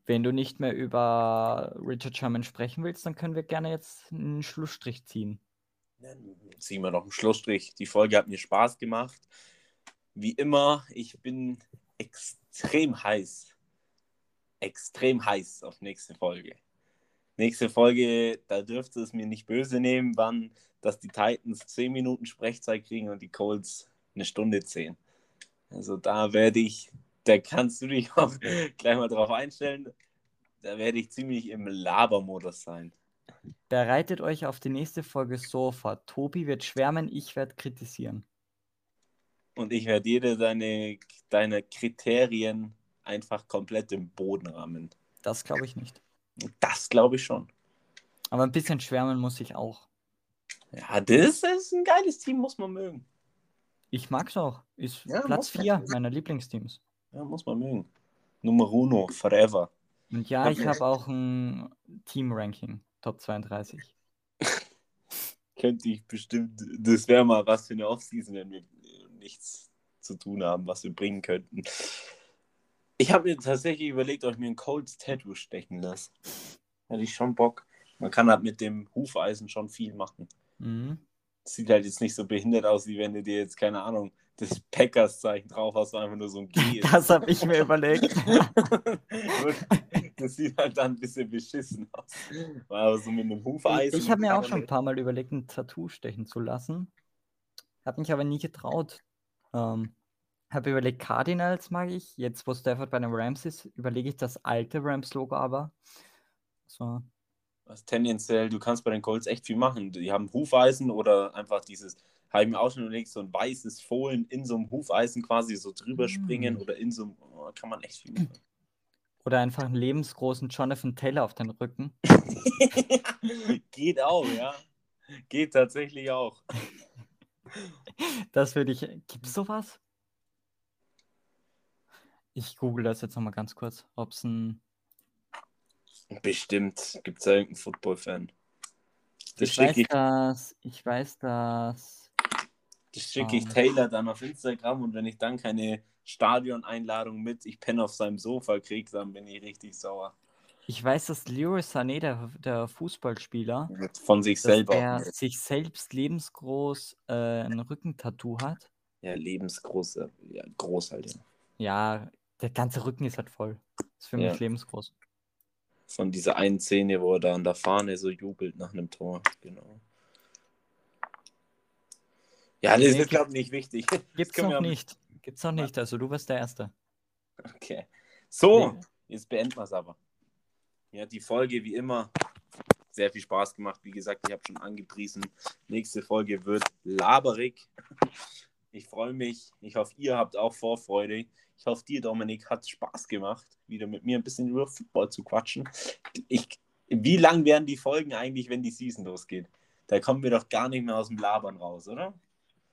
S1: Wenn du nicht mehr über Richard Sherman sprechen willst, dann können wir gerne jetzt einen Schlussstrich ziehen.
S2: Dann ziehen wir noch einen Schlussstrich. Die Folge hat mir Spaß gemacht. Wie immer, ich bin extrem heiß. Extrem heiß auf nächste Folge. Nächste Folge, da dürfte es mir nicht böse nehmen, wann, dass die Titans 10 Minuten Sprechzeit kriegen und die Colts eine Stunde 10. Also da werde ich, da kannst du dich auch gleich mal drauf einstellen. Da werde ich ziemlich im Labermodus sein.
S1: Bereitet euch auf die nächste Folge so vor. Tobi wird schwärmen, ich werde kritisieren.
S2: Und ich werde jede deine, deine Kriterien einfach komplett im Boden rammen.
S1: Das glaube ich nicht.
S2: Das glaube ich schon.
S1: Aber ein bisschen schwärmen muss ich auch.
S2: Ja, das ist ein geiles Team, muss man mögen.
S1: Ich mag's auch. Ist
S2: Ja,
S1: Platz
S2: muss man.
S1: 4 meiner Lieblingsteams.
S2: Ja, muss man mögen. Nummer uno, forever.
S1: Und ja,
S2: Hab
S1: ich
S2: ich.
S1: habe auch ein Team-Ranking, Top 32.
S2: Könnte ich bestimmt, das wäre mal was für eine Offseason, wenn wir äh, nichts zu tun haben, was wir bringen könnten. Ich habe mir tatsächlich überlegt, ob ich mir ein Colts Tattoo stechen lasse. Hätte ich schon Bock. Man kann halt mit dem Hufeisen schon viel machen.
S1: Mhm.
S2: sieht halt jetzt nicht so behindert aus, wie wenn du dir jetzt, keine Ahnung, das Packers-Zeichen drauf hast, weil einfach nur so ein G ist.
S1: Das habe ich mir überlegt.
S2: Und das sieht halt dann ein bisschen beschissen aus. Aber so mit einem
S1: Ich,
S2: Hufeisen.
S1: ich habe mir auch schon ein paar Mal überlegt, ein Tattoo stechen zu lassen. Habe mich aber nie getraut. Ähm, habe überlegt, Cardinals mag ich. Jetzt, wo Stafford bei den Rams ist, überlege ich das alte Rams-Logo aber. So,
S2: Also tendenziell, du kannst bei den Colts echt viel machen. Die haben Hufeisen oder einfach dieses, habe ich mir auch schon überlegt, so ein weißes Fohlen in so einem Hufeisen quasi so
S1: Mm.
S2: drüber springen oder in so einem, oh, kann man echt viel machen.
S1: Oder einfach einen lebensgroßen Jonathan Taylor auf den Rücken.
S2: Geht auch, ja. Geht tatsächlich auch.
S1: Das würde ich. Gibt es sowas? Ich google das jetzt nochmal ganz kurz, ob es ein.
S2: Bestimmt gibt es da irgendeinen Football-Fan. Das
S1: Ich weiß
S2: schicke ich,
S1: das. Ich weiß das.
S2: das schicke ich
S1: ähm.
S2: Taylor dann auf Instagram und wenn ich dann keine Stadioneinladung mit, ich penne auf seinem Sofa krieg, dann bin ich richtig sauer.
S1: Ich weiß, dass Leroy Sané, der, der Fußballspieler,
S2: Von sich
S1: dass
S2: selber.
S1: er äh, sich selbst lebensgroß äh, ein Rückentattoo hat.
S2: Ja, lebensgroß, äh, ja, groß halt. Ja.
S1: Ja, der ganze Rücken ist halt voll. Ist für
S2: Ja.
S1: mich lebensgroß.
S2: Von dieser einen Szene, wo er da an der Fahne so jubelt nach einem Tor. Genau. Ja, das
S1: Nee,
S2: ist, glaube ich, nicht wichtig. Das
S1: Gibt's
S2: können wir
S1: noch
S2: am-
S1: nicht. Gibt's noch nicht. Also du warst der Erste.
S2: Okay. So, jetzt beenden wir es aber. Ja, die Folge wie immer sehr viel Spaß gemacht. Wie gesagt, ich habe schon angepriesen. Nächste Folge wird laberig. Ich freue mich. Ich hoffe, ihr habt auch Vorfreude. Ich hoffe, dir, Dominik, hat Spaß gemacht, wieder mit mir ein bisschen über Football zu quatschen. Ich, wie lang werden die Folgen eigentlich, wenn die Season losgeht? Da kommen wir doch gar nicht mehr aus dem Labern raus, oder?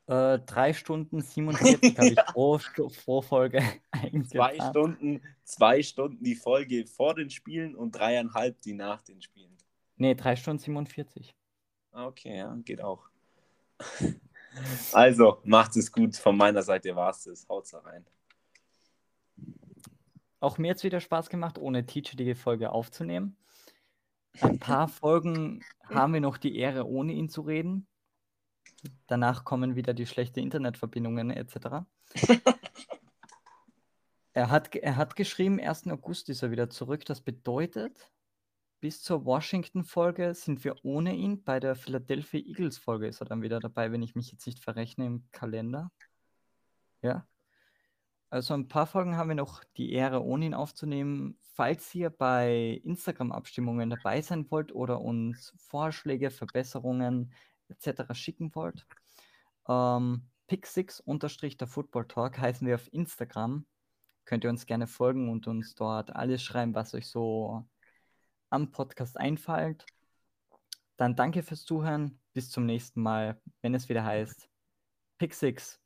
S1: Äh, drei Stunden 47 habe ich pro, Stu- pro Folge
S2: Zwei
S1: eingeplant.
S2: Stunden, zwei Stunden die Folge vor den Spielen und dreieinhalb die nach den Spielen.
S1: Nee, drei Stunden 47.
S2: Ah, Okay, ja, geht auch. Also, macht es gut. Von meiner Seite war es das. Haut's rein.
S1: Auch mir hat es wieder Spaß gemacht, ohne Teacher die Folge aufzunehmen. Ein paar Folgen haben wir noch die Ehre, ohne ihn zu reden. Danach kommen wieder die schlechten Internetverbindungen etc. er, hat, ge- er hat geschrieben, 1. August ist er wieder zurück. Das bedeutet, bis zur Washington-Folge sind wir ohne ihn. Bei der Philadelphia Eagles-Folge ist er dann wieder dabei, wenn ich mich jetzt nicht verrechne im Kalender. Ja. Also ein paar Folgen haben wir noch die Ehre, ohne ihn aufzunehmen. Falls ihr bei Instagram-Abstimmungen dabei sein wollt oder uns Vorschläge, Verbesserungen etc. schicken wollt, ähm, pick6 unterstrich der Football Talk heißen wir auf Instagram. Könnt ihr uns gerne folgen und uns dort alles schreiben, was euch so am Podcast einfällt. Dann danke fürs Zuhören. Bis zum nächsten Mal, wenn es wieder heißt Pick 6